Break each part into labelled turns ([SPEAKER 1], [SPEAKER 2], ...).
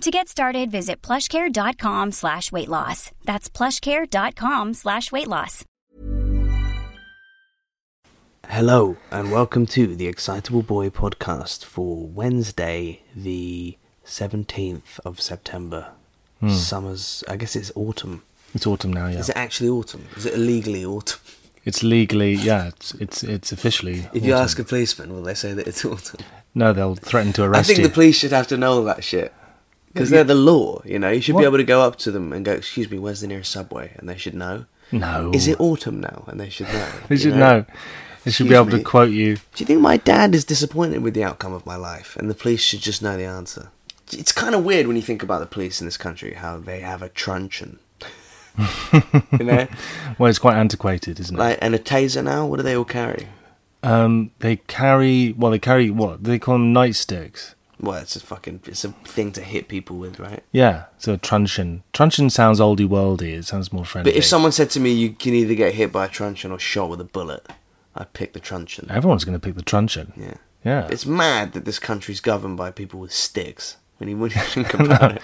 [SPEAKER 1] To get started, visit plushcare.com slash weight loss. That's plushcare.com slash weight loss.
[SPEAKER 2] Hello, and welcome to the Excitable Boy podcast for Wednesday, the 17th of September. Summer's, I guess it's autumn.
[SPEAKER 3] It's autumn now, Hmm. yeah.
[SPEAKER 2] Is it actually autumn? Is it illegally autumn?
[SPEAKER 3] It's legally, yeah. It's it's, it's officially.
[SPEAKER 2] If you
[SPEAKER 3] autumn.
[SPEAKER 2] ask a policeman, will they say that it's autumn?
[SPEAKER 3] no, they'll threaten to
[SPEAKER 2] I
[SPEAKER 3] arrest
[SPEAKER 2] think
[SPEAKER 3] you.
[SPEAKER 2] the police should have to know all that shit. Because they're the law, you know. You should
[SPEAKER 3] What?
[SPEAKER 2] be able to go up to them and go, excuse me, where's the nearest subway? And they should know.
[SPEAKER 3] no,
[SPEAKER 2] Is it autumn now? And they should know.
[SPEAKER 3] They
[SPEAKER 2] you
[SPEAKER 3] should know. They should be
[SPEAKER 2] Excuse
[SPEAKER 3] able to
[SPEAKER 2] me.
[SPEAKER 3] quote you.
[SPEAKER 2] Do you think my dad is disappointed with the outcome of my life and the police should just know the answer? It's kind of weird when you think about the police in this country, how they have a truncheon. you know?
[SPEAKER 3] Well, it's quite antiquated, isn't it?
[SPEAKER 2] Like, and a taser now? What do they all carry?
[SPEAKER 3] um, they carry. Well, they carry what they call them nightsticks.
[SPEAKER 2] Well, it's a fucking, it's a thing to hit people with, right?
[SPEAKER 3] Yeah, so a truncheon. Truncheon sounds oldie worldy. It sounds more friendly.
[SPEAKER 2] But if someone said to me, you can either get hit by a truncheon or shot with a bullet, I'd pick the truncheon.
[SPEAKER 3] everyone's going to pick the truncheon.
[SPEAKER 2] Yeah.
[SPEAKER 3] Yeah,
[SPEAKER 2] It's mad that this country's governed by people with sticks. When you, when you think about it,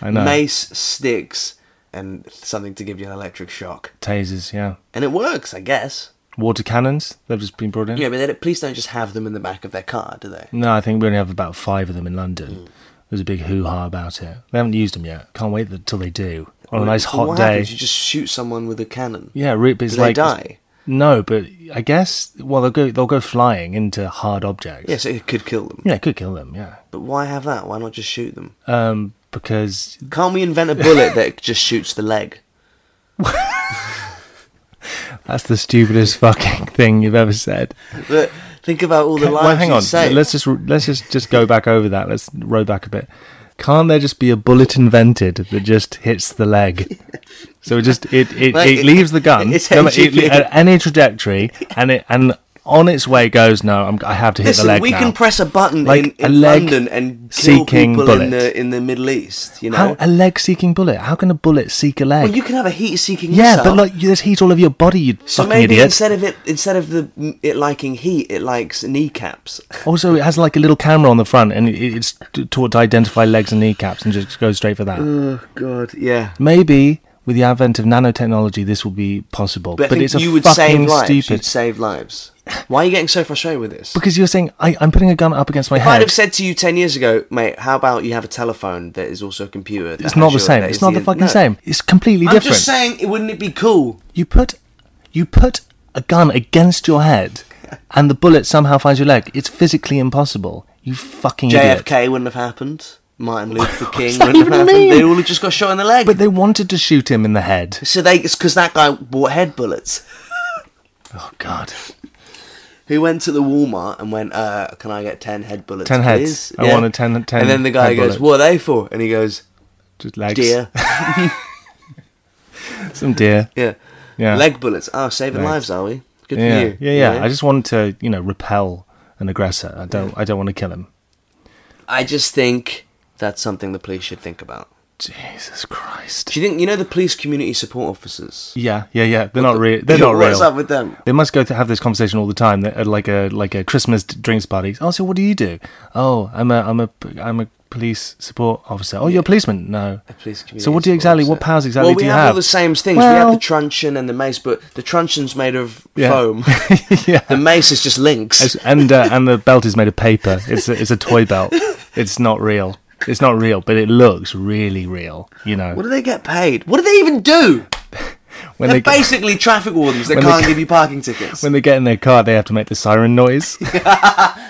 [SPEAKER 3] I know.
[SPEAKER 2] mace, sticks, and something to give you an electric shock,
[SPEAKER 3] tasers. Yeah,
[SPEAKER 2] and it works, I guess.
[SPEAKER 3] water cannons. They've just been brought in.
[SPEAKER 2] Yeah, but they, police don't just have them in the back of their car, do they?
[SPEAKER 3] No, I think we only have about five of them in London.
[SPEAKER 2] Mm.
[SPEAKER 3] There's a big hoo ha about it. They haven't used them yet. Can't wait until they do on a nice
[SPEAKER 2] Oh, So
[SPEAKER 3] hot
[SPEAKER 2] what
[SPEAKER 3] day.
[SPEAKER 2] Happens? You just shoot someone with a cannon.
[SPEAKER 3] Yeah, root beer's
[SPEAKER 2] Do they
[SPEAKER 3] like
[SPEAKER 2] die?
[SPEAKER 3] No, but I guess well they'll go they'll go flying into hard objects.
[SPEAKER 2] Yeah, so it could kill them.
[SPEAKER 3] Yeah, it could kill them. Yeah,
[SPEAKER 2] But why have that? Why not just shoot them?
[SPEAKER 3] um, because
[SPEAKER 2] Can't we invent a bullet that just shoots the leg?
[SPEAKER 3] that's the stupidest fucking thing you've ever said.
[SPEAKER 2] But think about all the
[SPEAKER 3] Can-
[SPEAKER 2] lives
[SPEAKER 3] well, hang
[SPEAKER 2] you
[SPEAKER 3] on.
[SPEAKER 2] saved.
[SPEAKER 3] Let's just let's just just go back over that. Let's row back a bit. Can't there just be a bullet invented that just hits the leg? So it just it it,
[SPEAKER 2] Like,
[SPEAKER 3] it leaves the gun
[SPEAKER 2] it's
[SPEAKER 3] no, no, it-
[SPEAKER 2] engineered.
[SPEAKER 3] at any trajectory and it and on its way goes. No, I'm, I have to hit
[SPEAKER 2] Listen,
[SPEAKER 3] the leg.
[SPEAKER 2] we
[SPEAKER 3] now.
[SPEAKER 2] can press a button
[SPEAKER 3] Like
[SPEAKER 2] in,
[SPEAKER 3] a
[SPEAKER 2] in
[SPEAKER 3] leg
[SPEAKER 2] London and kill
[SPEAKER 3] seeking
[SPEAKER 2] people in
[SPEAKER 3] bullet.
[SPEAKER 2] the in the Middle East. You know,
[SPEAKER 3] How, a leg-seeking bullet? How can a bullet seek a leg?
[SPEAKER 2] well, you can have a heat-seeking
[SPEAKER 3] Yeah,
[SPEAKER 2] missile.
[SPEAKER 3] but like you- there's heat all over your body, you
[SPEAKER 2] so
[SPEAKER 3] fucking
[SPEAKER 2] maybe
[SPEAKER 3] idiot.
[SPEAKER 2] instead of it, instead of the it liking heat, it likes kneecaps.
[SPEAKER 3] Also, it has like a little camera on the front, and it, it's t- taught to identify legs and kneecaps, and just goes straight for that.
[SPEAKER 2] Oh God, yeah.
[SPEAKER 3] Maybe with the advent of nanotechnology, this will be possible.
[SPEAKER 2] But, I
[SPEAKER 3] But,
[SPEAKER 2] think
[SPEAKER 3] it's a
[SPEAKER 2] you would save
[SPEAKER 3] fucking
[SPEAKER 2] lives. You'd
[SPEAKER 3] stupid
[SPEAKER 2] save lives. Why are you getting so frustrated with this?
[SPEAKER 3] because you're saying I, I'm putting a gun up against my
[SPEAKER 2] if I'd
[SPEAKER 3] head.
[SPEAKER 2] have said to you ten years ago, mate, how about you have a telephone that is also a computer? that
[SPEAKER 3] it's
[SPEAKER 2] has
[SPEAKER 3] not the
[SPEAKER 2] your-
[SPEAKER 3] same.
[SPEAKER 2] that
[SPEAKER 3] It's
[SPEAKER 2] is
[SPEAKER 3] not the fucking
[SPEAKER 2] no.
[SPEAKER 3] same. It's completely
[SPEAKER 2] I'm
[SPEAKER 3] different.
[SPEAKER 2] just saying, it wouldn't it be cool?
[SPEAKER 3] You put, you put a gun against your head, and the bullet somehow finds your leg. It's physically impossible. You fucking idiot.
[SPEAKER 2] JFK wouldn't have happened. Martin Luther King
[SPEAKER 3] that
[SPEAKER 2] wouldn't have
[SPEAKER 3] even
[SPEAKER 2] happened.
[SPEAKER 3] mean?
[SPEAKER 2] They all have just got shot in the leg.
[SPEAKER 3] But they wanted to shoot him in the head.
[SPEAKER 2] so they, it's because that guy bought head bullets.
[SPEAKER 3] Oh God.
[SPEAKER 2] Who went to the Walmart and went, uh, "Can I get ten head bullets,
[SPEAKER 3] 10
[SPEAKER 2] please?"
[SPEAKER 3] heads. I want a 10 10
[SPEAKER 2] And then the guy
[SPEAKER 3] head
[SPEAKER 2] goes,
[SPEAKER 3] bullets.
[SPEAKER 2] "What are they for?" And he goes,
[SPEAKER 3] Just legs.
[SPEAKER 2] "Deer,
[SPEAKER 3] Some deer.
[SPEAKER 2] yeah,
[SPEAKER 3] Yeah.
[SPEAKER 2] leg bullets. Oh, saving lives, are we? Good
[SPEAKER 3] yeah.
[SPEAKER 2] for you.
[SPEAKER 3] Yeah, yeah.
[SPEAKER 2] You know?
[SPEAKER 3] I just wanted to, you know, repel an aggressor. I don't I don't want to kill him.
[SPEAKER 2] I just think that's something the police should think about.
[SPEAKER 3] Jesus Christ.
[SPEAKER 2] Do you think you know the police community support officers?
[SPEAKER 3] Yeah, yeah, yeah. They're not real. They're not real.
[SPEAKER 2] What's up with them?
[SPEAKER 3] They must go to have this conversation all the time, at like a like a Christmas d- drinks party. Oh, so what do you do? Oh, I'm a I'm a p- I'm a police support officer. Oh, you're a policeman? No.
[SPEAKER 2] A police community
[SPEAKER 3] So what do you
[SPEAKER 2] support
[SPEAKER 3] exactly? What
[SPEAKER 2] officer.
[SPEAKER 3] powers exactly
[SPEAKER 2] well, we
[SPEAKER 3] do you
[SPEAKER 2] have,
[SPEAKER 3] have?
[SPEAKER 2] all the same things. we have
[SPEAKER 3] Well-
[SPEAKER 2] the truncheon and the mace, but the truncheon's made of
[SPEAKER 3] Yeah.
[SPEAKER 2] foam.
[SPEAKER 3] yeah.
[SPEAKER 2] the mace is just links.
[SPEAKER 3] It's- and uh, and the belt is made of paper. It's a, it's a toy belt. It's not real. It's not real, but it looks really real. You know,
[SPEAKER 2] What do they get paid? What do they even do? They're
[SPEAKER 3] when they get,
[SPEAKER 2] basically traffic wardens that
[SPEAKER 3] when they
[SPEAKER 2] can't
[SPEAKER 3] ca-
[SPEAKER 2] give you parking tickets.
[SPEAKER 3] when they get in their car, they have to make the siren noise.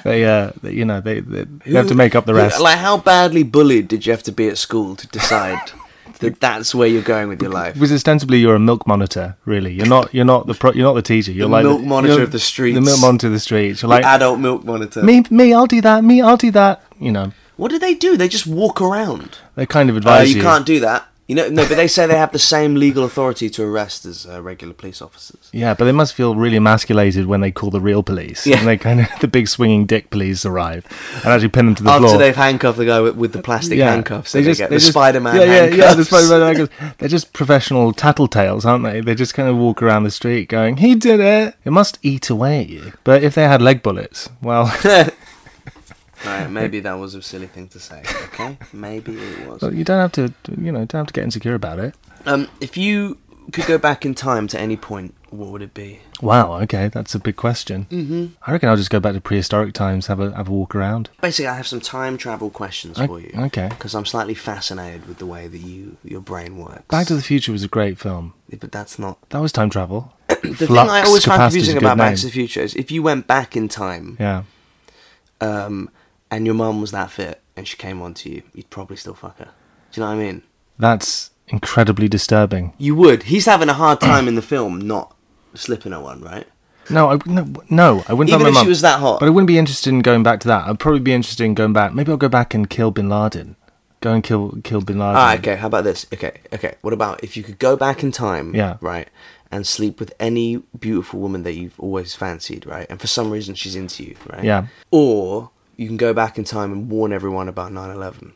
[SPEAKER 3] they uh, they- you know, they they, they have to make up the
[SPEAKER 2] Who-
[SPEAKER 3] rest.
[SPEAKER 2] Like, how badly bullied did you have to be at school to decide that that's where you're going with your life?
[SPEAKER 3] Because ostensibly you're a milk monitor, really. You're not. You're not the. Pro, you're not the teacher. You're like
[SPEAKER 2] milk monitor
[SPEAKER 3] you're
[SPEAKER 2] of the streets.
[SPEAKER 3] The milk monitor of the streets. You're
[SPEAKER 2] Like,
[SPEAKER 3] like
[SPEAKER 2] adult milk monitor.
[SPEAKER 3] me. Me. I'll do that. Me. I'll do that. You know.
[SPEAKER 2] What do they do? They just walk around.
[SPEAKER 3] They kind of
[SPEAKER 2] Uh,
[SPEAKER 3] advise
[SPEAKER 2] you can't do that. You know, no, but they say they have the same legal authority to arrest as uh, regular police officers.
[SPEAKER 3] Yeah, but they must feel really emasculated when they call the real police.
[SPEAKER 2] Yeah.
[SPEAKER 3] And they kind of, the big swinging dick police arrive and actually pin them to the
[SPEAKER 2] After
[SPEAKER 3] floor.
[SPEAKER 2] they've handcuffed the guy with, with the plastic handcuffs, they, get the
[SPEAKER 3] just-
[SPEAKER 2] Spider Man
[SPEAKER 3] yeah, yeah,
[SPEAKER 2] handcuffs.
[SPEAKER 3] Yeah, the Spider-Man handcuffs. They're just professional tattletales, aren't they? They just kind of walk around the street going, he did it. It must eat away at you. But if they had leg bullets, well,
[SPEAKER 2] Right, maybe that was a silly thing to say. Okay, maybe it was.
[SPEAKER 3] you don't have to, you know, don't have to get insecure about it.
[SPEAKER 2] Um, if you could go back in time to any point, what would it be?
[SPEAKER 3] Wow, okay, that's a big question. Mm-hmm. I reckon I'll just go back to prehistoric times, have a have a walk around.
[SPEAKER 2] Basically, I have some time travel questions
[SPEAKER 3] O-
[SPEAKER 2] for you.
[SPEAKER 3] okay.
[SPEAKER 2] Because I'm slightly fascinated with the way that you your brain works.
[SPEAKER 3] Back to the Future was a great film.
[SPEAKER 2] but that's not
[SPEAKER 3] That was time travel. the
[SPEAKER 2] the thing I always find confusing about Back to the Future is if you went back in time,
[SPEAKER 3] Yeah.
[SPEAKER 2] um, and your mum was that fit and she came on to you, you'd probably still fuck her. Do you know what I mean?
[SPEAKER 3] That's incredibly disturbing.
[SPEAKER 2] You would. He's having a hard time in the film, not slipping her one, right?
[SPEAKER 3] No, I no, no I wouldn't.
[SPEAKER 2] Even
[SPEAKER 3] have my
[SPEAKER 2] if she
[SPEAKER 3] mum.
[SPEAKER 2] was that hot.
[SPEAKER 3] but I wouldn't be interested in going back to that. I'd probably be interested in going back. Maybe I'll go back and kill Bin Laden. Go and kill kill Bin Laden.
[SPEAKER 2] Ah, okay. How about this? Okay, okay. What about if you could go back in time,
[SPEAKER 3] Yeah.
[SPEAKER 2] right, and sleep with any beautiful woman that you've always fancied, right, and for some reason she's into you, right?
[SPEAKER 3] Yeah.
[SPEAKER 2] Or you can go back in time and warn everyone about 9-11.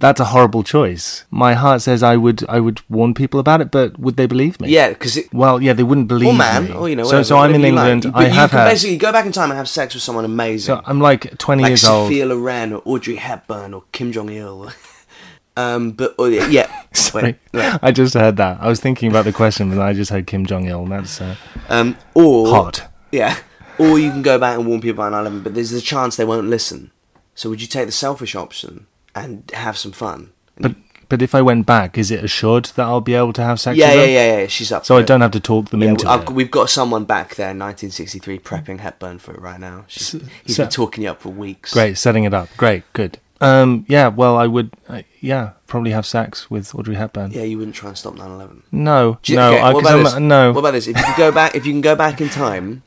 [SPEAKER 3] That's a horrible choice. My heart says I would I would warn people about it, but would they believe me?
[SPEAKER 2] Yeah, because it.
[SPEAKER 3] Well, yeah, they wouldn't believe
[SPEAKER 2] Or man,
[SPEAKER 3] me.
[SPEAKER 2] or you know,
[SPEAKER 3] so
[SPEAKER 2] whatever,
[SPEAKER 3] so I'm in
[SPEAKER 2] whatever you like.
[SPEAKER 3] England.
[SPEAKER 2] But
[SPEAKER 3] I
[SPEAKER 2] you
[SPEAKER 3] have
[SPEAKER 2] can
[SPEAKER 3] had.
[SPEAKER 2] basically go back in time and have sex with someone amazing.
[SPEAKER 3] So I'm like 20
[SPEAKER 2] like
[SPEAKER 3] years
[SPEAKER 2] Sophia
[SPEAKER 3] old.
[SPEAKER 2] Loren or Audrey Hepburn or Kim Jong Il. um, but or, yeah, yeah.
[SPEAKER 3] Sorry. I just heard that. I was thinking about the question, but then I just heard Kim Jong Il. and That's uh,
[SPEAKER 2] Um, or
[SPEAKER 3] hot.
[SPEAKER 2] Yeah, or you can go back and warn people about 9/11, but there's a chance they won't listen. So would you take the selfish option and have some fun?
[SPEAKER 3] But but if I went back, is it assured that I'll be able to have sex?
[SPEAKER 2] Yeah,
[SPEAKER 3] with
[SPEAKER 2] yeah,
[SPEAKER 3] them?
[SPEAKER 2] yeah, yeah. She's up.
[SPEAKER 3] So
[SPEAKER 2] for
[SPEAKER 3] I
[SPEAKER 2] it.
[SPEAKER 3] don't have to talk them
[SPEAKER 2] Yeah,
[SPEAKER 3] into
[SPEAKER 2] I've-
[SPEAKER 3] it.
[SPEAKER 2] we've got someone back there, 1963, prepping Hepburn for it right now. She's,
[SPEAKER 3] So-
[SPEAKER 2] he's
[SPEAKER 3] so-
[SPEAKER 2] been talking you up for weeks.
[SPEAKER 3] Great, setting it up. Great, good. Um, yeah, well, I would. Uh, yeah, probably have sex with Audrey Hepburn.
[SPEAKER 2] Yeah, you wouldn't try and stop 9/11.
[SPEAKER 3] No,
[SPEAKER 2] Do you-
[SPEAKER 3] no,
[SPEAKER 2] okay,
[SPEAKER 3] I,
[SPEAKER 2] what
[SPEAKER 3] 'cause
[SPEAKER 2] about
[SPEAKER 3] I'm-
[SPEAKER 2] this?
[SPEAKER 3] no.
[SPEAKER 2] What about this? If you can go back, if you can go back in time,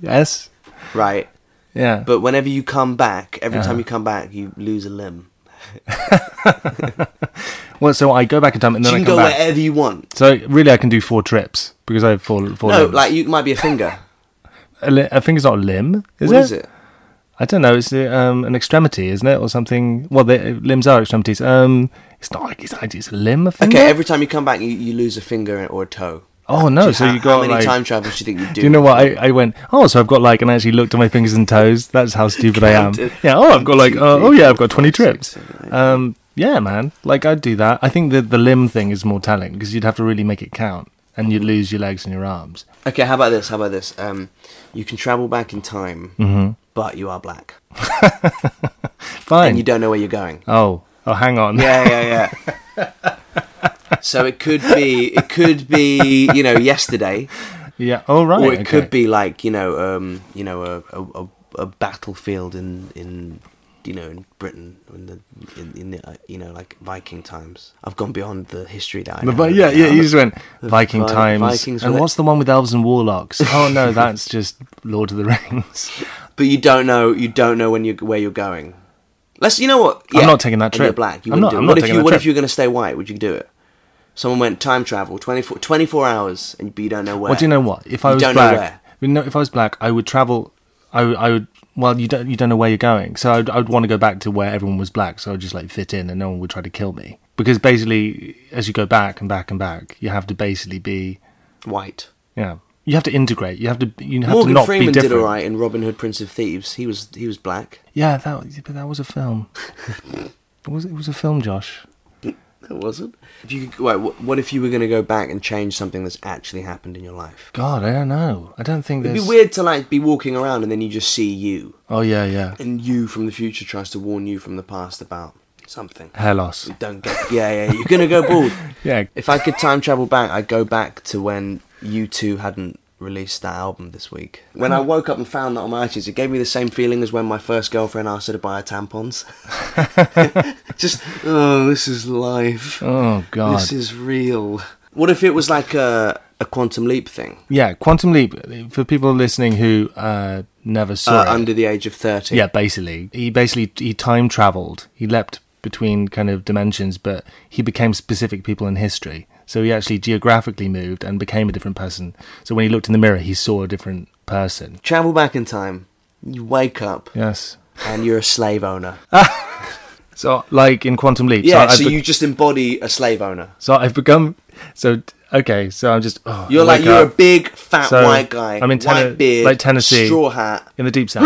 [SPEAKER 3] yes,
[SPEAKER 2] right?
[SPEAKER 3] yeah.
[SPEAKER 2] But whenever you come back, every
[SPEAKER 3] Uh-huh.
[SPEAKER 2] time you come back, you lose a limb.
[SPEAKER 3] well, so I go back in time and
[SPEAKER 2] So
[SPEAKER 3] then
[SPEAKER 2] you can
[SPEAKER 3] I come
[SPEAKER 2] go
[SPEAKER 3] back.
[SPEAKER 2] wherever you want.
[SPEAKER 3] So really, I can do four trips because I have four. four
[SPEAKER 2] No,
[SPEAKER 3] limbs.
[SPEAKER 2] like you it might be a finger.
[SPEAKER 3] a, li- a finger's not a limb, is
[SPEAKER 2] What
[SPEAKER 3] it?
[SPEAKER 2] is it?
[SPEAKER 3] I don't know. It's uh, um, an extremity, isn't it, or something? Well, the uh, limbs are extremities. Um, it's not like it's, it's a limb. A finger.
[SPEAKER 2] Okay, every time you come back, you, you lose a finger or a toe.
[SPEAKER 3] oh no!
[SPEAKER 2] Do you-
[SPEAKER 3] so
[SPEAKER 2] how,
[SPEAKER 3] you got
[SPEAKER 2] how many
[SPEAKER 3] like.
[SPEAKER 2] time travels do you think you do?
[SPEAKER 3] do you know what I, I went? Oh, so I've got like, and I actually looked at my fingers and toes. That's how stupid I am.
[SPEAKER 2] Counted.
[SPEAKER 3] Yeah. Oh, I've got like,
[SPEAKER 2] Two,
[SPEAKER 3] uh,
[SPEAKER 2] three,
[SPEAKER 3] oh yeah,
[SPEAKER 2] four,
[SPEAKER 3] I've got twenty
[SPEAKER 2] five, six,
[SPEAKER 3] trips.
[SPEAKER 2] seven, eight.
[SPEAKER 3] Um, yeah, man. Like I'd do that. I think that the limb thing is more telling because you'd have to really make it count, and you'd lose your legs and your arms.
[SPEAKER 2] Okay, how about this? How about this? Um, you can travel back in time,
[SPEAKER 3] Mm-hmm.
[SPEAKER 2] but you are black
[SPEAKER 3] Fine.
[SPEAKER 2] and you don't know where you're going.
[SPEAKER 3] oh, oh, hang on.
[SPEAKER 2] Yeah, yeah, yeah. so it could be, it could be, you know, yesterday,
[SPEAKER 3] yeah. Oh right.
[SPEAKER 2] or it
[SPEAKER 3] okay.
[SPEAKER 2] could be like, you know, um, you know, a, a, a, a battlefield in in. You know, in Britain, in the, in, in the uh, you know, like Viking times, I've gone beyond the history that I
[SPEAKER 3] The
[SPEAKER 2] know.
[SPEAKER 3] Vi- yeah, yeah, you just went Viking
[SPEAKER 2] Vi-
[SPEAKER 3] times.
[SPEAKER 2] Vikings
[SPEAKER 3] and
[SPEAKER 2] were-
[SPEAKER 3] what's the one with elves and warlocks? Oh no, that's just Lord of the Rings.
[SPEAKER 2] but you don't know you don't know when you where you're going. Let's you know what
[SPEAKER 3] I'm not taking that
[SPEAKER 2] And
[SPEAKER 3] trip.
[SPEAKER 2] You're black. You
[SPEAKER 3] I'm
[SPEAKER 2] wouldn't do
[SPEAKER 3] not-
[SPEAKER 2] it.
[SPEAKER 3] I'm
[SPEAKER 2] what
[SPEAKER 3] not
[SPEAKER 2] if
[SPEAKER 3] taking
[SPEAKER 2] you
[SPEAKER 3] that
[SPEAKER 2] what
[SPEAKER 3] trip.
[SPEAKER 2] if you're going to stay white? Would you do it? Someone went time travel 24, 24 hours, and but you don't know where.
[SPEAKER 3] Well, do you know what? If I
[SPEAKER 2] You
[SPEAKER 3] was
[SPEAKER 2] don't know where.
[SPEAKER 3] black, you know, if I was black, I would travel. I, would- I would. Well, you don't. You don't know where you're going, so I'd, I'd want to go back to where everyone was black, so I'd just like fit in, and no one would try to kill me. Because basically, as you go back and back and back, you have to basically be,
[SPEAKER 2] White.
[SPEAKER 3] you know, you have to integrate. You have to. You have to
[SPEAKER 2] Morgan
[SPEAKER 3] not
[SPEAKER 2] Freeman
[SPEAKER 3] be
[SPEAKER 2] did
[SPEAKER 3] different.
[SPEAKER 2] all right in Robin Hood, Prince of Thieves. He was he was black.
[SPEAKER 3] Yeah, that. was- But that was a film. it was. It was a film, Josh.
[SPEAKER 2] That wasn't. If you could, wait, what, what if you were going to go back and change something that's actually happened in your life?
[SPEAKER 3] God, I don't know. I don't think
[SPEAKER 2] It'd
[SPEAKER 3] there's.
[SPEAKER 2] be weird to like be walking around and then you just see you,
[SPEAKER 3] Oh yeah, yeah.
[SPEAKER 2] and you from the future tries to warn you from the past about something.
[SPEAKER 3] Hair loss.
[SPEAKER 2] You don't get. Yeah, yeah. You're going to go bald.
[SPEAKER 3] Yeah.
[SPEAKER 2] If I could time travel back, I'd go back to when you two hadn't released that album this week. When
[SPEAKER 3] Oh.
[SPEAKER 2] I woke up and found that on my iTunes, it gave me the same feeling as when my first girlfriend asked her to buy her tampons. Just, oh, this is life.
[SPEAKER 3] Oh God.
[SPEAKER 2] This is real. What if it was like a, a quantum leap thing?
[SPEAKER 3] Yeah, Quantum Leap. For people listening who uh, never saw
[SPEAKER 2] Uh,
[SPEAKER 3] it,
[SPEAKER 2] under the age of 30.
[SPEAKER 3] yeah, basically, he basically he time traveled. He leapt between kind of dimensions, but he became specific people in history. So he actually geographically moved and became a different person. So when he looked in the mirror, he saw a different person.
[SPEAKER 2] Travel back in time. You wake up
[SPEAKER 3] Yes.
[SPEAKER 2] and you're a slave owner.
[SPEAKER 3] So like in Quantum Leap.
[SPEAKER 2] yeah,
[SPEAKER 3] I- I
[SPEAKER 2] so
[SPEAKER 3] be-
[SPEAKER 2] you just embody a slave owner.
[SPEAKER 3] So I've become. So okay. So I'm just. Oh,
[SPEAKER 2] You're like
[SPEAKER 3] wake
[SPEAKER 2] you're a
[SPEAKER 3] up
[SPEAKER 2] big fat
[SPEAKER 3] So,
[SPEAKER 2] white guy.
[SPEAKER 3] I'm in Tenn-
[SPEAKER 2] white beard,
[SPEAKER 3] like Tennessee.
[SPEAKER 2] straw hat.
[SPEAKER 3] in the deep south.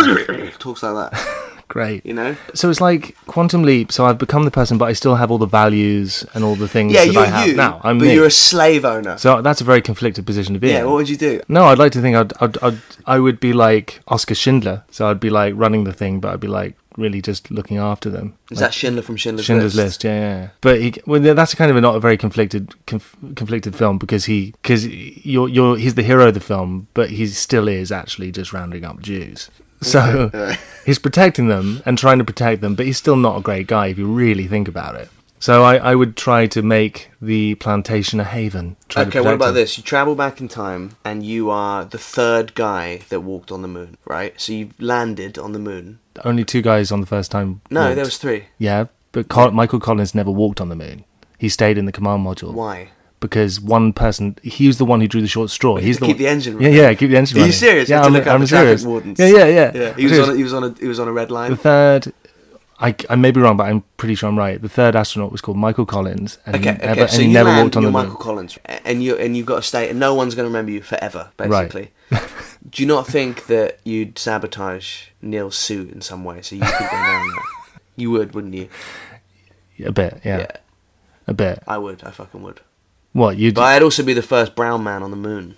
[SPEAKER 2] Talks like that,
[SPEAKER 3] Great.
[SPEAKER 2] you know.
[SPEAKER 3] So it's like quantum leap. So I've become the person, but I still have all the values and all the things
[SPEAKER 2] Yeah,
[SPEAKER 3] that I
[SPEAKER 2] you're
[SPEAKER 3] have
[SPEAKER 2] you.
[SPEAKER 3] now. I'm
[SPEAKER 2] but
[SPEAKER 3] me.
[SPEAKER 2] you're a slave owner.
[SPEAKER 3] so that's a very conflicted position to be
[SPEAKER 2] yeah,
[SPEAKER 3] in.
[SPEAKER 2] what would you do?
[SPEAKER 3] no, I'd like to think I'd, I'd, I'd I would be like Oscar Schindler. So I'd be like running the thing, but I'd be like really just looking after them.
[SPEAKER 2] Is
[SPEAKER 3] Like
[SPEAKER 2] that Schindler from Schindler's,
[SPEAKER 3] Schindler's List, yeah, yeah. yeah. But he, well, that's kind of a not a very conflicted, conf, conflicted film because he, because you're, you're, he's the hero of the film, but he still is actually just rounding up Jews. So he's protecting them and trying to protect them, but he's still not a great guy if you really think about it. So I, I would try to make the plantation a haven. try to
[SPEAKER 2] Okay, what
[SPEAKER 3] protect
[SPEAKER 2] about
[SPEAKER 3] it.
[SPEAKER 2] this? You travel back in time and you are the third guy that walked on the moon, right? So you've landed on the moon.
[SPEAKER 3] Only two guys on the first time.
[SPEAKER 2] No,
[SPEAKER 3] walked.
[SPEAKER 2] there was three.
[SPEAKER 3] Yeah, but Col- Michael Collins never walked on the moon. He stayed in the command module.
[SPEAKER 2] Why?
[SPEAKER 3] because one person he was the one who drew the short straw. He's the
[SPEAKER 2] keep
[SPEAKER 3] one,
[SPEAKER 2] the engine
[SPEAKER 3] Yeah,
[SPEAKER 2] running.
[SPEAKER 3] yeah, keep the engine.
[SPEAKER 2] Are you
[SPEAKER 3] running.
[SPEAKER 2] serious? You
[SPEAKER 3] Yeah,
[SPEAKER 2] had to
[SPEAKER 3] I'm,
[SPEAKER 2] look out
[SPEAKER 3] I'm
[SPEAKER 2] for traffic
[SPEAKER 3] serious.
[SPEAKER 2] wardens.
[SPEAKER 3] Yeah, yeah, yeah.
[SPEAKER 2] Yeah, he
[SPEAKER 3] I'm
[SPEAKER 2] was on.
[SPEAKER 3] serious.
[SPEAKER 2] A, he was on. A, he was on a red
[SPEAKER 3] the
[SPEAKER 2] line.
[SPEAKER 3] third. I, I may be wrong, but I'm pretty sure I'm right. The third astronaut was called Michael Collins, and he
[SPEAKER 2] Okay, okay.
[SPEAKER 3] never, and
[SPEAKER 2] so
[SPEAKER 3] he
[SPEAKER 2] you
[SPEAKER 3] never
[SPEAKER 2] land,
[SPEAKER 3] walked on
[SPEAKER 2] you're
[SPEAKER 3] the moon.
[SPEAKER 2] Michael Collins, a- and you and you've got to stay, and no one's going to remember you forever,
[SPEAKER 3] Right.
[SPEAKER 2] basically. Do you not think that you'd sabotage Neil's suit in some way so you could go down there? You would, wouldn't you?
[SPEAKER 3] A bit, yeah,
[SPEAKER 2] Yeah,
[SPEAKER 3] a bit.
[SPEAKER 2] I would. I fucking would.
[SPEAKER 3] What you
[SPEAKER 2] But I'd also be the first brown man on the moon.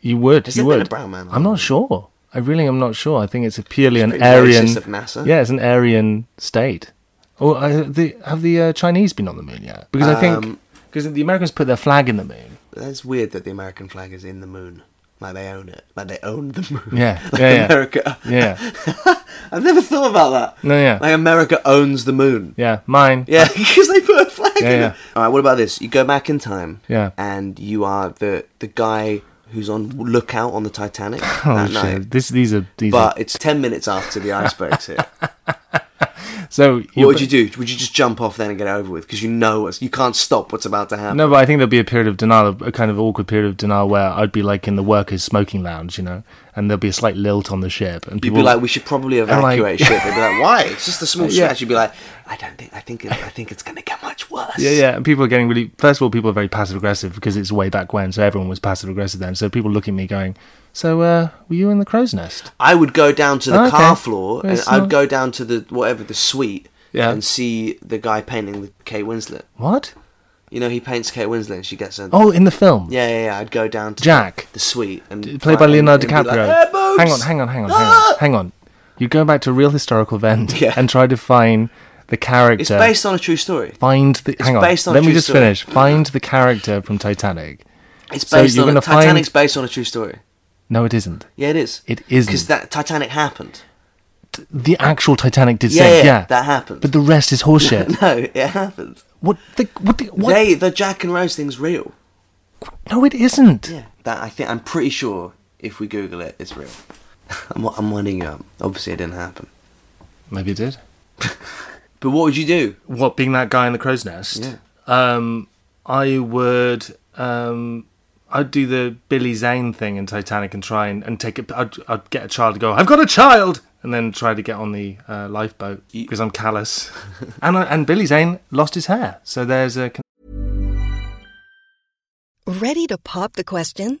[SPEAKER 3] you would
[SPEAKER 2] Has
[SPEAKER 3] you
[SPEAKER 2] there
[SPEAKER 3] would?
[SPEAKER 2] been a brown man on
[SPEAKER 3] I'm
[SPEAKER 2] the
[SPEAKER 3] not sure. I really am not sure. I think it's a purely an
[SPEAKER 2] pretty
[SPEAKER 3] Aryan.
[SPEAKER 2] racist of NASA.
[SPEAKER 3] Yeah, it's an Aryan state. Or uh, the, have the uh, Chinese been on the moon yet? Because I think
[SPEAKER 2] Um,
[SPEAKER 3] because the Americans put their flag in the moon.
[SPEAKER 2] That's weird that the American flag is in the moon. Like they own it. Like they own the moon.
[SPEAKER 3] Yeah,
[SPEAKER 2] like
[SPEAKER 3] yeah, yeah.
[SPEAKER 2] America.
[SPEAKER 3] Yeah,
[SPEAKER 2] I've never thought about that.
[SPEAKER 3] No, yeah.
[SPEAKER 2] Like America owns the moon.
[SPEAKER 3] yeah, mine.
[SPEAKER 2] Yeah, because they put a flag
[SPEAKER 3] Yeah,
[SPEAKER 2] in
[SPEAKER 3] yeah.
[SPEAKER 2] it. All right, what about this? You go back in time.
[SPEAKER 3] Yeah.
[SPEAKER 2] And you are the the guy who's on lookout on the Titanic
[SPEAKER 3] Oh
[SPEAKER 2] that
[SPEAKER 3] shit!
[SPEAKER 2] night.
[SPEAKER 3] This these are these. are-
[SPEAKER 2] But it's ten minutes after the iceberg's hit.
[SPEAKER 3] so
[SPEAKER 2] what would you do? Would you just jump off then and get it over with? Because you know what's, you can't stop what's about to happen.
[SPEAKER 3] No, but I think there'll be a period of denial, a kind of awkward period of denial, where I'd be like in the workers' smoking lounge, you know, and there'll be a slight lilt on the ship, and
[SPEAKER 2] You'd
[SPEAKER 3] people
[SPEAKER 2] be like, we should probably
[SPEAKER 3] like-
[SPEAKER 2] evacuate ship. They'd be like, why? It's just a small
[SPEAKER 3] Yeah.
[SPEAKER 2] stretch. You'd be like, I don't think, I think, it, I think it's going to get much worse.
[SPEAKER 3] Yeah, yeah. And people are getting really. First of all, people are very passive aggressive because it's way back when, so everyone was passive aggressive then. So people look at me going, "So, uh, were you in the crow's nest?"
[SPEAKER 2] I would go down to the
[SPEAKER 3] Oh, Okay.
[SPEAKER 2] car floor and
[SPEAKER 3] It's not-
[SPEAKER 2] I'd go down to the whatever the suite
[SPEAKER 3] Yeah.
[SPEAKER 2] and see the guy painting the Kate Winslet.
[SPEAKER 3] What?
[SPEAKER 2] You know, he paints Kate Winslet and she gets a.
[SPEAKER 3] Oh, in the film,
[SPEAKER 2] Yeah, yeah, yeah. I'd go down to
[SPEAKER 3] Jack,
[SPEAKER 2] the suite and.
[SPEAKER 3] played by
[SPEAKER 2] and-
[SPEAKER 3] Leonardo
[SPEAKER 2] and be like,
[SPEAKER 3] DiCaprio.
[SPEAKER 2] "Eh, boobs!"
[SPEAKER 3] hang on, hang on, hang on, hang
[SPEAKER 2] Ah!
[SPEAKER 3] on, hang on. You go back to a real historical event
[SPEAKER 2] Yeah.
[SPEAKER 3] and try to find the character.
[SPEAKER 2] It's based on a true story.
[SPEAKER 3] Find the hang on.
[SPEAKER 2] based on
[SPEAKER 3] Let me
[SPEAKER 2] true
[SPEAKER 3] just
[SPEAKER 2] story.
[SPEAKER 3] finish. Find the character from Titanic.
[SPEAKER 2] It's
[SPEAKER 3] So
[SPEAKER 2] based
[SPEAKER 3] you're
[SPEAKER 2] on. A,
[SPEAKER 3] gonna find-
[SPEAKER 2] Titanic's based on a true story.
[SPEAKER 3] No, it isn't.
[SPEAKER 2] Yeah, it is.
[SPEAKER 3] It
[SPEAKER 2] Because
[SPEAKER 3] isn't.
[SPEAKER 2] that Titanic happened.
[SPEAKER 3] the actual Titanic did
[SPEAKER 2] Yeah,
[SPEAKER 3] sink.
[SPEAKER 2] yeah,
[SPEAKER 3] Yeah,
[SPEAKER 2] that happened.
[SPEAKER 3] But the rest is horseshit.
[SPEAKER 2] No, it happened.
[SPEAKER 3] what? The, what? The, what?
[SPEAKER 2] They, the Jack and Rose thing's real.
[SPEAKER 3] no, it isn't.
[SPEAKER 2] Yeah, that I think I'm pretty sure if we Google it, it's real. I'm, I'm winding you up. Obviously, it didn't happen.
[SPEAKER 3] Maybe it did.
[SPEAKER 2] But what would you do?
[SPEAKER 3] What? Being that guy in the crow's nest.
[SPEAKER 2] Yeah.
[SPEAKER 3] Um, I would. Um, I'd do the Billy Zane thing in Titanic and try and, and take it. I'd, I'd get a child to go. I've got a child, and then try to get on the uh, lifeboat because I'm callous. and I, and Billy Zane lost his hair, so there's a
[SPEAKER 4] Ready to pop the question?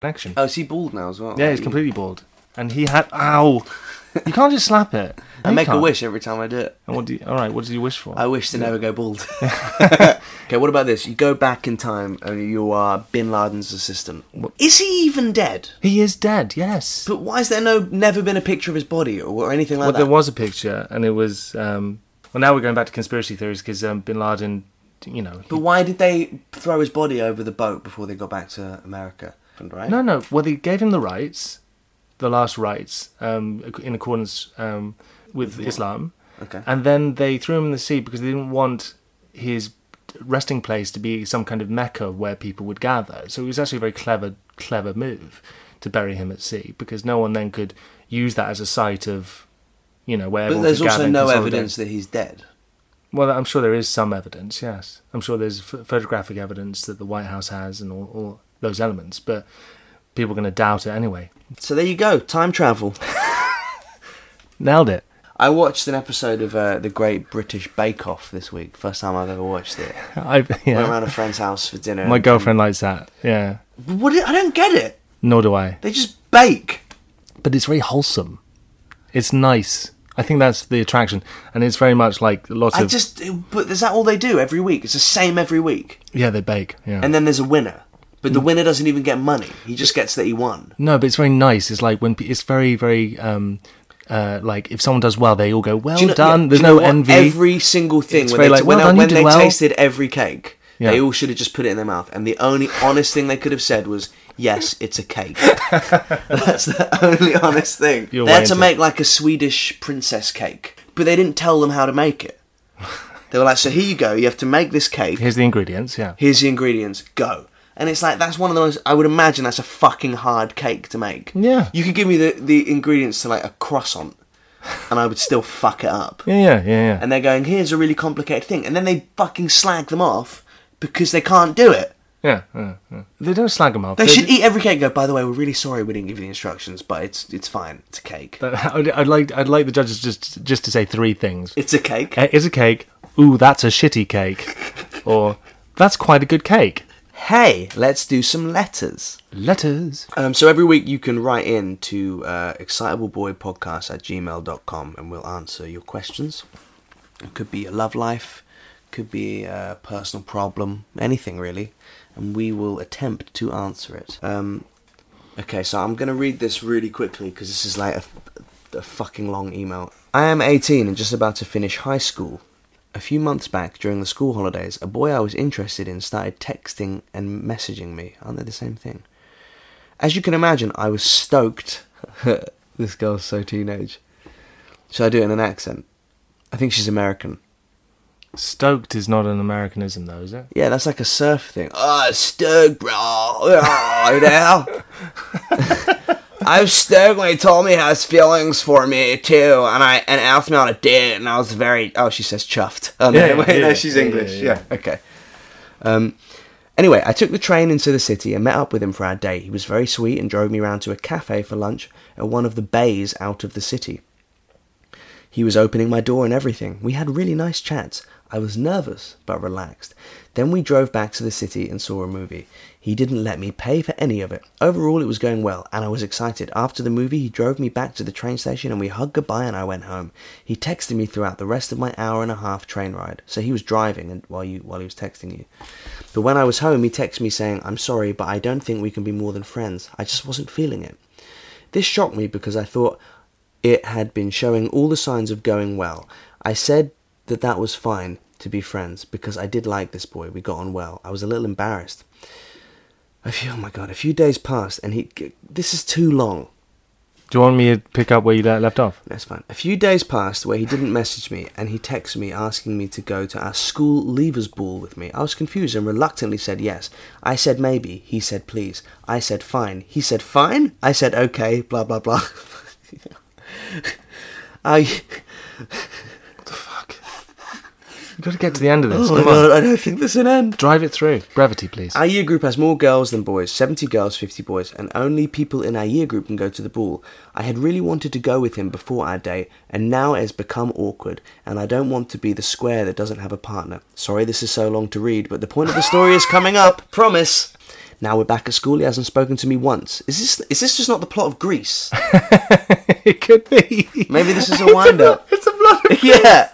[SPEAKER 3] Action.
[SPEAKER 2] Oh, is he bald now as well?
[SPEAKER 3] yeah, he's
[SPEAKER 2] Like,
[SPEAKER 3] completely bald, and he had ow. You can't just slap it.
[SPEAKER 2] I
[SPEAKER 3] You
[SPEAKER 2] make a
[SPEAKER 3] can't.
[SPEAKER 2] wish every time I do it.
[SPEAKER 3] And what do you, all right? What did you wish for?
[SPEAKER 2] I wish to never go bald. okay, what about this? You go back in time and you are Bin Laden's assistant. Is he even dead?
[SPEAKER 3] he is dead. Yes.
[SPEAKER 2] But why is there no never been a picture of his body or, or anything like
[SPEAKER 3] well,
[SPEAKER 2] that?
[SPEAKER 3] there was a picture, and it was. Um, well, now we're going back to conspiracy theories because um, Bin Laden, you know. he-
[SPEAKER 2] But why did they throw his body over the boat before they got back to America? Right?
[SPEAKER 3] no, no. Well, they gave him the rights, the last rights, um, ac- in accordance um, with Islam.
[SPEAKER 2] Okay.
[SPEAKER 3] And then they threw him in the sea because they didn't want his resting place to be some kind of mecca where people would gather. So it was actually a very clever, clever move to bury him at sea because no one then could use that as a site of, you know, where.
[SPEAKER 2] But
[SPEAKER 3] everyone
[SPEAKER 2] there's
[SPEAKER 3] could gather
[SPEAKER 2] also
[SPEAKER 3] and
[SPEAKER 2] no
[SPEAKER 3] consolidate.
[SPEAKER 2] evidence that he's dead.
[SPEAKER 3] Well, I'm sure there is some evidence. Yes, I'm sure there's ph photographic evidence that the White House has and all, all those elements, but people are going to doubt it anyway.
[SPEAKER 2] So there you go, time travel.
[SPEAKER 3] Nailed it.
[SPEAKER 2] I watched an episode of uh, The Great British Bake Off this week. First time I've ever watched it.
[SPEAKER 3] I,
[SPEAKER 2] Went
[SPEAKER 3] yeah.
[SPEAKER 2] around a friend's house for dinner.
[SPEAKER 3] My girlfriend likes that. Yeah,
[SPEAKER 2] What? I don't get it.
[SPEAKER 3] nor do I.
[SPEAKER 2] They just bake.
[SPEAKER 3] But it's very wholesome. It's nice. I think that's the attraction, and it's very much like lots
[SPEAKER 2] I
[SPEAKER 3] of
[SPEAKER 2] just. But is that all they do every week? It's the same every week.
[SPEAKER 3] yeah. They bake. Yeah. Mm.
[SPEAKER 2] And then there's a winner. But the winner doesn't even get money. He just gets that he won.
[SPEAKER 3] no, but it's very nice. It's like when pe- it's very very. um uh, like if someone does well, they all go well
[SPEAKER 2] Do you know-
[SPEAKER 3] done.
[SPEAKER 2] yeah,
[SPEAKER 3] There's
[SPEAKER 2] do you know
[SPEAKER 3] no
[SPEAKER 2] what?
[SPEAKER 3] envy.
[SPEAKER 2] Every single thing
[SPEAKER 3] It's
[SPEAKER 2] when
[SPEAKER 3] very
[SPEAKER 2] they,
[SPEAKER 3] like,
[SPEAKER 2] when,
[SPEAKER 3] well
[SPEAKER 2] they-
[SPEAKER 3] done, you
[SPEAKER 2] when
[SPEAKER 3] did
[SPEAKER 2] they
[SPEAKER 3] well.
[SPEAKER 2] tasted every cake, they
[SPEAKER 3] Yeah.
[SPEAKER 2] all should have just put it in their mouth, and the only honest thing they could have said was, "Yes, it's a cake." That's the only honest thing.
[SPEAKER 3] You're
[SPEAKER 2] they had
[SPEAKER 3] way
[SPEAKER 2] to
[SPEAKER 3] into
[SPEAKER 2] make like a Swedish princess cake, but they didn't tell them how to make it. They were like, "So here you go. You have to make this cake.
[SPEAKER 3] Here's the ingredients. Yeah.
[SPEAKER 2] Here's the ingredients. Go." And it's like that's one of the most. I would imagine that's a fucking hard cake to make.
[SPEAKER 3] Yeah.
[SPEAKER 2] You could give me the the ingredients to like a croissant, and I would still fuck it up
[SPEAKER 3] Yeah. Yeah. Yeah. Yeah.
[SPEAKER 2] and they're going, here's a really complicated thing. And then they fucking slag them off because they can't do it.
[SPEAKER 3] Yeah, yeah, yeah. They don't slag them off.
[SPEAKER 2] They should eat every cake and go, by the way, we're really sorry we didn't give you the instructions, but it's it's fine. It's a cake.
[SPEAKER 3] I'd, I'd like I'd like the judges just just to say three things.
[SPEAKER 2] It's a cake.
[SPEAKER 3] Eh, Is a cake. Ooh, that's a shitty cake. or that's quite a good cake.
[SPEAKER 2] Hey, let's do some letters.
[SPEAKER 3] Letters.
[SPEAKER 2] Um, so every week you can write in to uh, excitableboypodcast at gmail.com and we'll answer your questions. It could be a love life, could be a personal problem, anything really. And we will attempt to answer it. Um, okay, so I'm going to read this really quickly because this is like a, a fucking long email. I am 18 and just about to finish high school. A few months back, during the school holidays, a boy I was interested in started texting and messaging me. Aren't they the same thing? As you can imagine, I was stoked. this girl's so teenage. Should I do it in an accent? I think she's American.
[SPEAKER 3] Stoked is not an Americanism, though, is it?
[SPEAKER 2] Yeah, that's like a surf thing. Oh, stoked, bro. Oh, you know? I was stoked when he told me his feelings for me too, and I and asked me on a date, and I was very. Oh, she says chuffed. Oh, no,
[SPEAKER 3] Yeah,
[SPEAKER 2] wait,
[SPEAKER 3] yeah,
[SPEAKER 2] no, she's
[SPEAKER 3] yeah,
[SPEAKER 2] English.
[SPEAKER 3] yeah, yeah.
[SPEAKER 2] yeah. okay. Um, Anyway, I took the train into the city and met up with him for our date. He was very sweet and drove me round to a cafe for lunch at one of the bays out of the city. He was opening my door and everything. We had really nice chats. I was nervous but relaxed. Then we drove back to the city and saw a movie. He didn't let me pay for any of it. Overall, it was going well and I was excited. After the movie, he drove me back to the train station and we hugged goodbye and I went home. He texted me throughout the rest of my hour and a half train ride. So he was driving and while you while he was texting you. But when I was home, he texted me saying, I'm sorry, but I don't think we can be more than friends. I just wasn't feeling it. This shocked me because I thought it had been showing all the signs of going well. I said that that was fine to be friends because I did like this boy. We got on well. I was a little embarrassed. A few, oh my god, a few days passed and he. This is too long.
[SPEAKER 3] Do you want me to pick up where you le- left off?
[SPEAKER 2] That's fine. A few days passed where he didn't message me and he texted me asking me to go to our school leavers ball with me. I was confused and reluctantly said yes. I said maybe. He said please. I said fine. He said fine. I said okay. Blah blah blah. I. What the fuck?
[SPEAKER 3] We've got to get to the end of this.
[SPEAKER 2] Oh my
[SPEAKER 3] Come
[SPEAKER 2] god,
[SPEAKER 3] on.
[SPEAKER 2] I don't think there's an end.
[SPEAKER 3] Drive it through. Brevity, please.
[SPEAKER 2] Our year group has more girls than boys 70 girls, 50 boys, and only people in our year group can go to the ball. I had really wanted to go with him before our day, and now it has become awkward, and I don't want to be the square that doesn't have a partner. Sorry this is so long to read, but the point of the story is coming up, promise! Now we're back at school, he hasn't spoken to me once. Is this is this just not the plot of Greece?
[SPEAKER 3] it could be.
[SPEAKER 2] Maybe this is a wind up.
[SPEAKER 3] It's a blood.
[SPEAKER 2] yeah!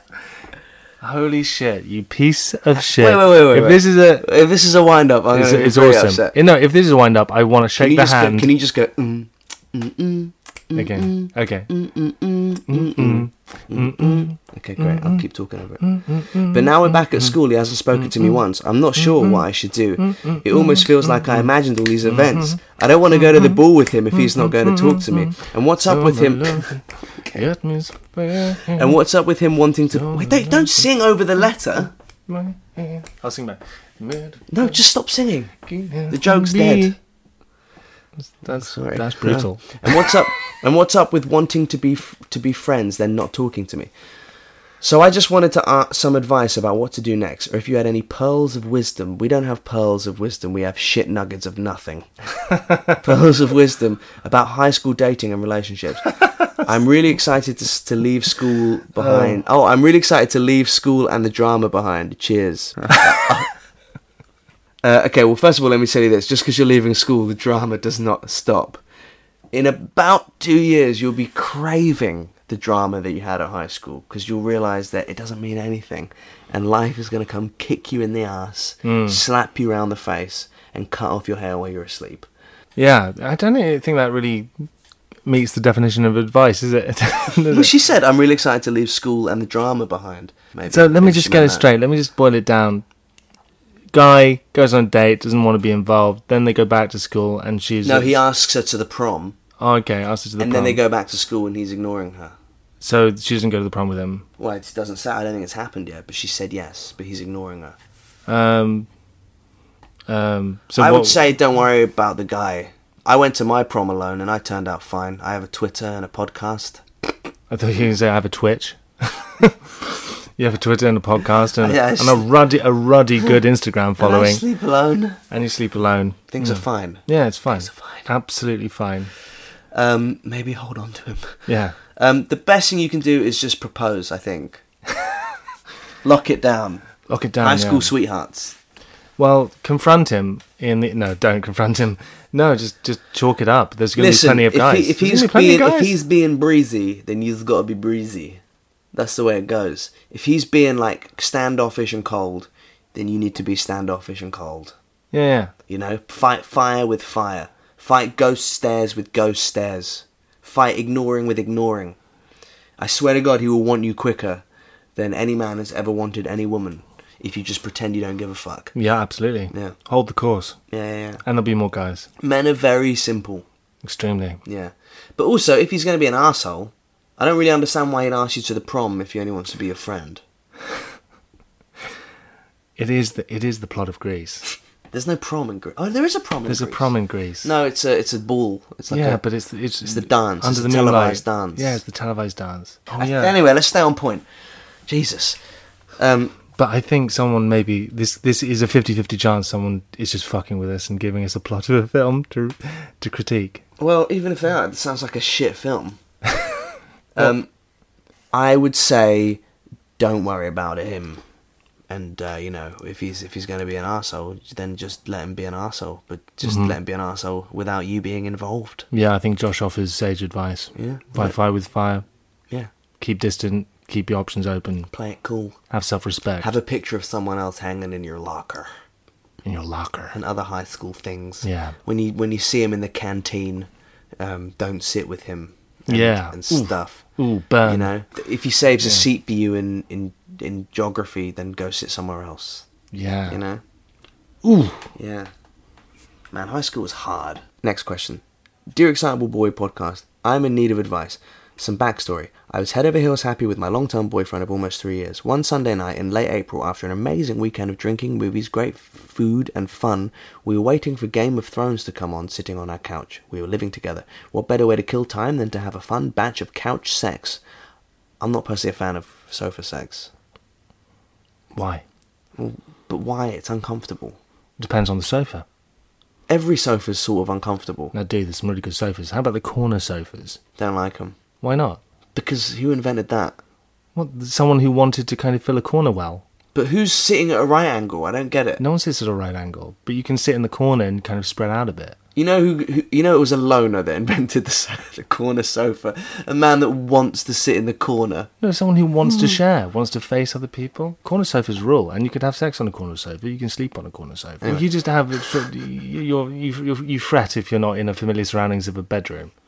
[SPEAKER 3] Holy shit, you piece of shit.
[SPEAKER 2] Wait, wait, wait, wait.
[SPEAKER 3] If this is a.
[SPEAKER 2] If this is a wind up, I'm
[SPEAKER 3] It's,
[SPEAKER 2] gonna be
[SPEAKER 3] it's
[SPEAKER 2] very
[SPEAKER 3] awesome.
[SPEAKER 2] upset.
[SPEAKER 3] No, if this is a wind up, I want to
[SPEAKER 2] Can
[SPEAKER 3] shake
[SPEAKER 2] you
[SPEAKER 3] the
[SPEAKER 2] just go,
[SPEAKER 3] hand.
[SPEAKER 2] can you just go, mm,
[SPEAKER 3] Again. Okay.
[SPEAKER 2] Okay, great. I'll keep talking over it. But now we're back at school. He hasn't spoken to me once. I'm not sure what I should do. It almost feels like I imagined all these events. I don't want to go to the ball with him if he's not going to talk to me. And what's up with him?
[SPEAKER 3] Get me some-
[SPEAKER 2] And what's up with him wanting to? Wait, don't don't sing over the letter.
[SPEAKER 3] I'll sing back.
[SPEAKER 2] No, just stop singing.
[SPEAKER 3] The
[SPEAKER 2] joke's dead.
[SPEAKER 3] That's
[SPEAKER 2] Sorry.
[SPEAKER 3] that's brutal.
[SPEAKER 2] Yeah. And what's up? And what's up with wanting to be f- to be friends, then not talking to me? So I just wanted to ask some advice about what to do next, or if you had any pearls of wisdom. We don't have pearls of wisdom. We have shit nuggets of nothing. pearls of wisdom about high school dating and relationships. I'm really excited to, s- to leave school behind. Oh, I'm really excited to leave school and the drama behind. Cheers. Uh, okay, well, first of all, let me tell you this. Just because you're leaving school, the drama does not stop. In about two years, you'll be craving the drama that you had at high school because you'll realize that it doesn't mean anything. And life is going to come kick you in the ass,
[SPEAKER 3] Hmm.
[SPEAKER 2] slap you round the face, and cut off your hair while you're asleep.
[SPEAKER 3] Yeah, I don't think that really meets the definition of advice, is it? Does
[SPEAKER 2] Well,
[SPEAKER 3] it?
[SPEAKER 2] she said, I'm really excited to leave school and the drama behind. Maybe
[SPEAKER 3] So let me
[SPEAKER 2] if she
[SPEAKER 3] just get it
[SPEAKER 2] meant that.
[SPEAKER 3] straight. Let me just boil it down. Guy goes on a date, doesn't want to be involved. Then they go back to school, and she's
[SPEAKER 2] No, he asks her to the prom,
[SPEAKER 3] Oh, okay, asks her to the
[SPEAKER 2] and then
[SPEAKER 3] prom.
[SPEAKER 2] they go back to school, and he's ignoring her.
[SPEAKER 3] So she doesn't go to the prom with him.
[SPEAKER 2] Well, it doesn't say. I don't think it's happened yet, but she said yes, but he's ignoring her.
[SPEAKER 3] Um, um. So
[SPEAKER 2] I
[SPEAKER 3] what,
[SPEAKER 2] would say don't worry about the guy. I went to my prom alone and I turned out fine. I have a Twitter and a podcast.
[SPEAKER 3] I thought you were going to say I have a Twitch. you have a Twitter and a podcast and,
[SPEAKER 2] Yeah, I
[SPEAKER 3] and a
[SPEAKER 2] s-
[SPEAKER 3] ruddy, a ruddy good Instagram
[SPEAKER 2] And I
[SPEAKER 3] following,
[SPEAKER 2] sleep alone.
[SPEAKER 3] and you sleep alone.
[SPEAKER 2] Things are fine.
[SPEAKER 3] Yeah, it's fine.
[SPEAKER 2] fine.
[SPEAKER 3] Absolutely fine.
[SPEAKER 2] Um, maybe hold on to him.
[SPEAKER 3] Yeah.
[SPEAKER 2] Um, the best thing you can do is just propose. I think. Lock it down.
[SPEAKER 3] Lock it down.
[SPEAKER 2] High
[SPEAKER 3] yeah.
[SPEAKER 2] school sweethearts.
[SPEAKER 3] Well, confront him in the no. Don't confront him. No, just just chalk it up. There's going to be
[SPEAKER 2] Listen,
[SPEAKER 3] plenty of
[SPEAKER 2] if,
[SPEAKER 3] guys.
[SPEAKER 2] he, if
[SPEAKER 3] There's
[SPEAKER 2] he's
[SPEAKER 3] gonna be plenty
[SPEAKER 2] being
[SPEAKER 3] of
[SPEAKER 2] if
[SPEAKER 3] guys.
[SPEAKER 2] he's being breezy, then you've got to be breezy. That's the way it goes. If he's being like standoffish and cold, then you need to be standoffish and cold.
[SPEAKER 3] yeah, yeah.
[SPEAKER 2] You know, fight fire with fire. Fight ghost stares with ghost stares. Fight ignoring with ignoring. I swear to God, he will want you quicker than any man has ever wanted any woman if you just pretend you don't give a fuck.
[SPEAKER 3] Yeah, absolutely.
[SPEAKER 2] Yeah.
[SPEAKER 3] Hold the course,
[SPEAKER 2] Yeah, yeah, yeah.
[SPEAKER 3] and there'll be more guys.
[SPEAKER 2] Men are very simple.
[SPEAKER 3] Extremely.
[SPEAKER 2] Yeah. But also, if he's going to be an asshole, I don't really understand why he'd ask you to the prom if he only wants to be your friend.
[SPEAKER 3] It is the it is the plot of Greece.
[SPEAKER 2] There's no prom in Greece. Oh, there is a prom in
[SPEAKER 3] There's a
[SPEAKER 2] Greece.
[SPEAKER 3] prom in Greece.
[SPEAKER 2] No, it's a it's a ball. It's like
[SPEAKER 3] yeah,
[SPEAKER 2] a,
[SPEAKER 3] but it's it's,
[SPEAKER 2] it's the dance, it's the
[SPEAKER 3] moonlight.
[SPEAKER 2] televised dance.
[SPEAKER 3] Yeah, it's the televised dance. Oh
[SPEAKER 2] I-
[SPEAKER 3] yeah.
[SPEAKER 2] Anyway, let's stay on point. Jesus. Um,
[SPEAKER 3] But I think someone maybe this this is a 50-50 chance someone is just fucking with us and giving us a plot of a film to to critique.
[SPEAKER 2] well, even if they are, it sounds like a shit film. um, I would say, don't worry about him. And uh, you know, if he's if he's going to be an asshole, then just let him be an asshole. But just
[SPEAKER 3] Mm-hmm.
[SPEAKER 2] let him be an asshole without you being involved.
[SPEAKER 3] Yeah, I think Josh offers sage advice.
[SPEAKER 2] Yeah,
[SPEAKER 3] Fight fire with fire.
[SPEAKER 2] Yeah,
[SPEAKER 3] Keep distant. Keep your options open.
[SPEAKER 2] play it cool.
[SPEAKER 3] Have self respect.
[SPEAKER 2] Have a picture of someone else hanging in your locker
[SPEAKER 3] in your locker.
[SPEAKER 2] and other high school things.
[SPEAKER 3] Yeah.
[SPEAKER 2] When you when you see him in the canteen, um, don't sit with him. And,
[SPEAKER 3] Yeah.
[SPEAKER 2] And
[SPEAKER 3] Ooh.
[SPEAKER 2] stuff.
[SPEAKER 3] Ooh, burn.
[SPEAKER 2] you know if he saves a seat for you in in in geography then go sit somewhere else
[SPEAKER 3] Yeah.
[SPEAKER 2] you know
[SPEAKER 3] Ooh.
[SPEAKER 2] yeah man high school was hard next question dear excitable boy podcast i'm in need of advice some backstory. I was head over heels happy with my long term boyfriend of almost three years. One Sunday night in late April, after an amazing weekend of drinking, movies, great f- food, and fun, we were waiting for Game of Thrones to come on sitting on our couch. We were living together. What better way to kill time than to have a fun batch of couch sex? I'm not personally a fan of sofa sex.
[SPEAKER 3] Why?
[SPEAKER 2] But why? It's uncomfortable.
[SPEAKER 3] Depends on the sofa.
[SPEAKER 2] Every sofa's sort of uncomfortable.
[SPEAKER 3] Now, dude, there's some really good sofas. How about the corner sofas?
[SPEAKER 2] Don't like them.
[SPEAKER 3] Why not?
[SPEAKER 2] Because who invented that?
[SPEAKER 3] What? Someone who wanted to kind of fill a corner well.
[SPEAKER 2] But who's sitting at a right angle? I don't get it.
[SPEAKER 3] No one sits at a right angle, but you can sit in the corner and kind of spread out a bit.
[SPEAKER 2] You know who, who? You know it was a loner that invented the, so- the corner sofa. A man that wants to sit in the corner.
[SPEAKER 3] No, someone who wants
[SPEAKER 2] Hmm.
[SPEAKER 3] to share, wants to face other people. Corner sofas rule, and you could have sex on a corner sofa. You can sleep on a corner sofa.
[SPEAKER 2] Anyway.
[SPEAKER 3] You just have you you're, you you you fret if you're not in the familiar surroundings of a bedroom.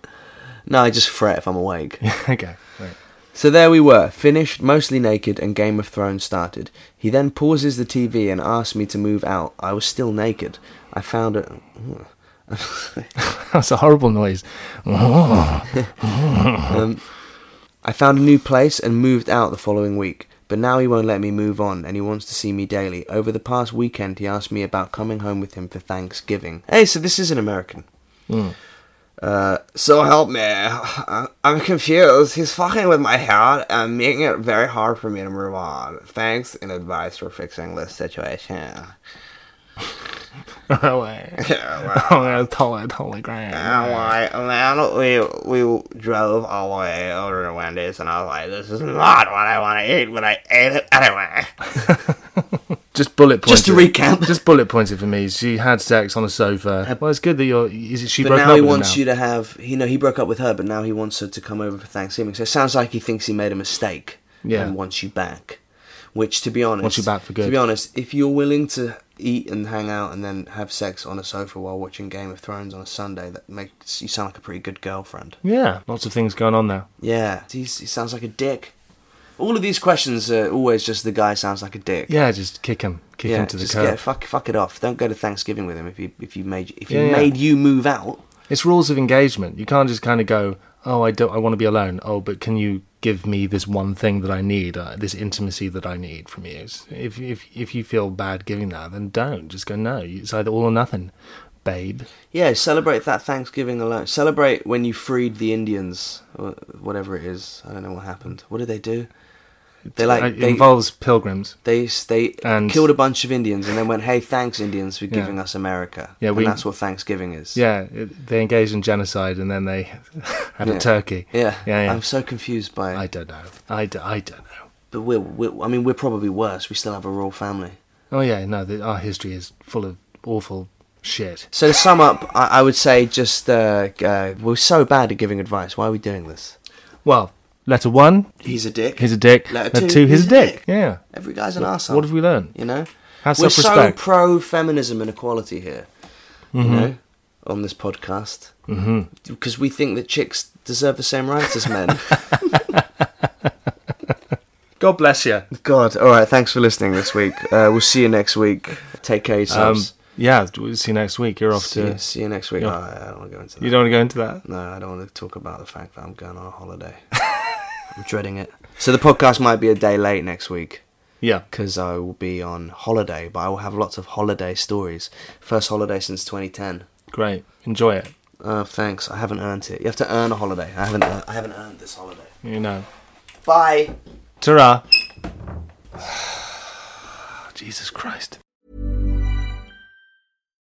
[SPEAKER 2] No, I just fret if I'm awake.
[SPEAKER 3] okay, right.
[SPEAKER 2] So there we were, finished, mostly naked, and Game of Thrones started. He then pauses the TV and asks me to move out. I was still naked. I found it.
[SPEAKER 3] that's a horrible noise.
[SPEAKER 2] Um, I found a new place and moved out the following week. But now he won't let me move on, and he wants to see me daily. Over the past weekend, he asked me about coming home with him for Thanksgiving. Hey, so this is an American. Uh, so help me. I- I'm confused. He's fucking with my head and making it very hard for me to move on. Thanks in advice for fixing this situation. And like, and then we we drove all the way over to Wendy's, and I was like, "This is not what I want to eat," but I ate it anyway.
[SPEAKER 3] Just bullet points.
[SPEAKER 2] Just to
[SPEAKER 3] it.
[SPEAKER 2] recap.
[SPEAKER 3] Just bullet points it for me. She had sex on a sofa. Well, it's good that you're. Is it she
[SPEAKER 2] But
[SPEAKER 3] broke
[SPEAKER 2] now
[SPEAKER 3] up
[SPEAKER 2] he
[SPEAKER 3] with him
[SPEAKER 2] wants
[SPEAKER 3] now?
[SPEAKER 2] you to have, you know, he broke up with her, but now he wants her to come over for Thanksgiving. So it sounds like he thinks he made a mistake
[SPEAKER 3] Yeah.
[SPEAKER 2] and wants you back. Which, to be honest,
[SPEAKER 3] you back for good.
[SPEAKER 2] To be honest, if you're willing to eat and hang out and then have sex on a sofa while watching Game of Thrones on a Sunday, that makes you sound like a pretty good girlfriend.
[SPEAKER 3] Yeah, lots of things going on there.
[SPEAKER 2] Yeah, he's, he sounds like a dick. All of these questions are always just the guy sounds like a dick.
[SPEAKER 3] Yeah, just kick him, kick him to the
[SPEAKER 2] just
[SPEAKER 3] curb.
[SPEAKER 2] get, fuck, fuck it off. Don't go to Thanksgiving with him if you if you made if you
[SPEAKER 3] Yeah, yeah.
[SPEAKER 2] made you move out.
[SPEAKER 3] It's rules of engagement. You can't just kind of go, "Oh, I don't. I want to be alone." Oh, but can you give me this one thing that I need, uh, this intimacy that I need from you? It's- If if if you feel bad giving that, then don't. Just go, no. It's either all or nothing, babe.
[SPEAKER 2] Yeah, celebrate that Thanksgiving alone. Celebrate when you freed the Indians, or whatever it is. I don't know what happened. What did they do? They
[SPEAKER 3] Uh,
[SPEAKER 2] like
[SPEAKER 3] it
[SPEAKER 2] they
[SPEAKER 3] involves pilgrims.
[SPEAKER 2] they they
[SPEAKER 3] And-
[SPEAKER 2] killed a bunch of Indians and then went, "Hey, thanks Indians for
[SPEAKER 3] Yeah.
[SPEAKER 2] giving us America."
[SPEAKER 3] Yeah,
[SPEAKER 2] and
[SPEAKER 3] we-
[SPEAKER 2] that's what Thanksgiving is.
[SPEAKER 3] Yeah, it, they engage in genocide and then they have
[SPEAKER 2] Yeah.
[SPEAKER 3] a turkey.
[SPEAKER 2] yeah,
[SPEAKER 3] yeah, yeah.
[SPEAKER 2] I'm so confused by it.
[SPEAKER 3] I don't know. I, d- I don't know.
[SPEAKER 2] but we're, we're I mean we're probably worse. We still have a royal family.
[SPEAKER 3] Oh yeah, no. The, our history is full of awful shit.
[SPEAKER 2] So to sum up, I, I would say just uh, uh, we're so bad at giving advice. Why are we doing this?
[SPEAKER 3] Well, letter one,
[SPEAKER 2] He's a dick.
[SPEAKER 3] he's a dick.
[SPEAKER 2] Letter
[SPEAKER 3] Letter
[SPEAKER 2] two,
[SPEAKER 3] two, he's
[SPEAKER 2] he's
[SPEAKER 3] a
[SPEAKER 2] a
[SPEAKER 3] dick.
[SPEAKER 2] dick.
[SPEAKER 3] Yeah.
[SPEAKER 2] Every guy's an
[SPEAKER 3] What-
[SPEAKER 2] asshole.
[SPEAKER 3] what have we learned?
[SPEAKER 2] You know,
[SPEAKER 3] Have
[SPEAKER 2] we're so
[SPEAKER 3] self-respect.
[SPEAKER 2] pro feminism and equality here. You know, on this podcast,
[SPEAKER 3] Mm-hmm.
[SPEAKER 2] because we think that chicks deserve the same rights as men.
[SPEAKER 3] God bless you.
[SPEAKER 2] God, all right. Thanks for listening this week. Uh, we'll see you next week. Take care,
[SPEAKER 3] Um,
[SPEAKER 2] yourselves.
[SPEAKER 3] yeah, we'll see you next week. You're off
[SPEAKER 2] see,
[SPEAKER 3] to.
[SPEAKER 2] see you next week.
[SPEAKER 3] Yeah.
[SPEAKER 2] Oh, I don't want to go into that.
[SPEAKER 3] You don't want to go into that?
[SPEAKER 2] No, I don't want to talk about the fact that I'm going on a holiday. I'm dreading it. So the podcast might be a day late next week
[SPEAKER 3] Yeah.
[SPEAKER 2] because I will be on holiday, but I will have lots of holiday stories. First holiday since 2010.
[SPEAKER 3] Great. Enjoy it.
[SPEAKER 2] Oh, thanks. I haven't earned it. You have to earn a holiday. I haven't. ear- I haven't earned this holiday.
[SPEAKER 3] You know.
[SPEAKER 2] Bye.
[SPEAKER 3] Ta Jesus Christ.